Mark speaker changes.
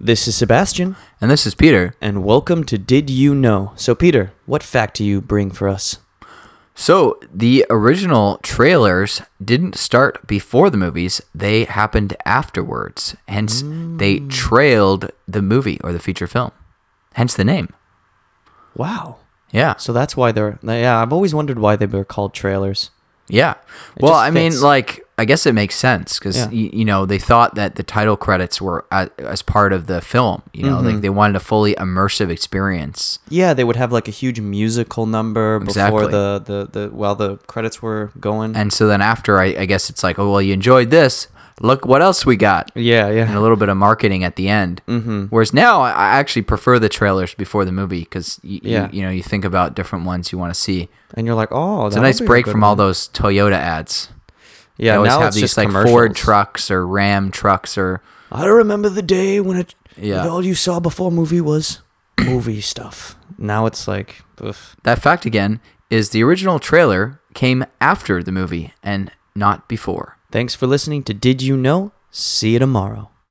Speaker 1: This is Sebastian,
Speaker 2: And this is Peter.
Speaker 1: and welcome to Did You Know? So, Peter, what fact do you bring for us?
Speaker 2: So, the original trailers didn't start before the movies, they happened afterwards. Hence, they
Speaker 1: Mm.
Speaker 2: trailed the movie or the feature film. Hence the name.
Speaker 1: Wow.
Speaker 2: Yeah.
Speaker 1: So that's why they're. Yeah, I've always wondered why they were called trailers.
Speaker 2: Yeah. Well,
Speaker 1: just
Speaker 2: I mean,
Speaker 1: fits.
Speaker 2: like, I guess it makes sense because,
Speaker 1: Yeah.
Speaker 2: you know, they thought that the title credits were a as part of the film. You know,
Speaker 1: Mm-hmm.
Speaker 2: like they wanted a fully immersive experience.
Speaker 1: Yeah, they would have like a huge musical number before
Speaker 2: Exactly.
Speaker 1: the, the, the while the credits were going.
Speaker 2: And so then after, I, I guess it's like, oh, well, you enjoyed this. Look what else we got.
Speaker 1: yeah,
Speaker 2: and a
Speaker 1: yeah.
Speaker 2: little bit of marketing at the end. Mm-hmm. Whereas now, I I actually prefer the trailers before the movie because y-
Speaker 1: Yeah.
Speaker 2: you, you know you think about different ones you want to see.
Speaker 1: And you're like, oh,
Speaker 2: It's a nice break from all those Toyota ads.
Speaker 1: Yeah,
Speaker 2: they always
Speaker 1: now
Speaker 2: have
Speaker 1: it's
Speaker 2: these
Speaker 1: just
Speaker 2: like
Speaker 1: commercials.
Speaker 2: Ford trucks or Ram trucks or
Speaker 1: I remember the day when it.
Speaker 2: Yeah.
Speaker 1: All you saw before movie was movie stuff. Now it's like, ugh.
Speaker 2: that fact again is the original trailer came after the movie and not before.
Speaker 1: Thanks for listening to Did You Know? See you tomorrow.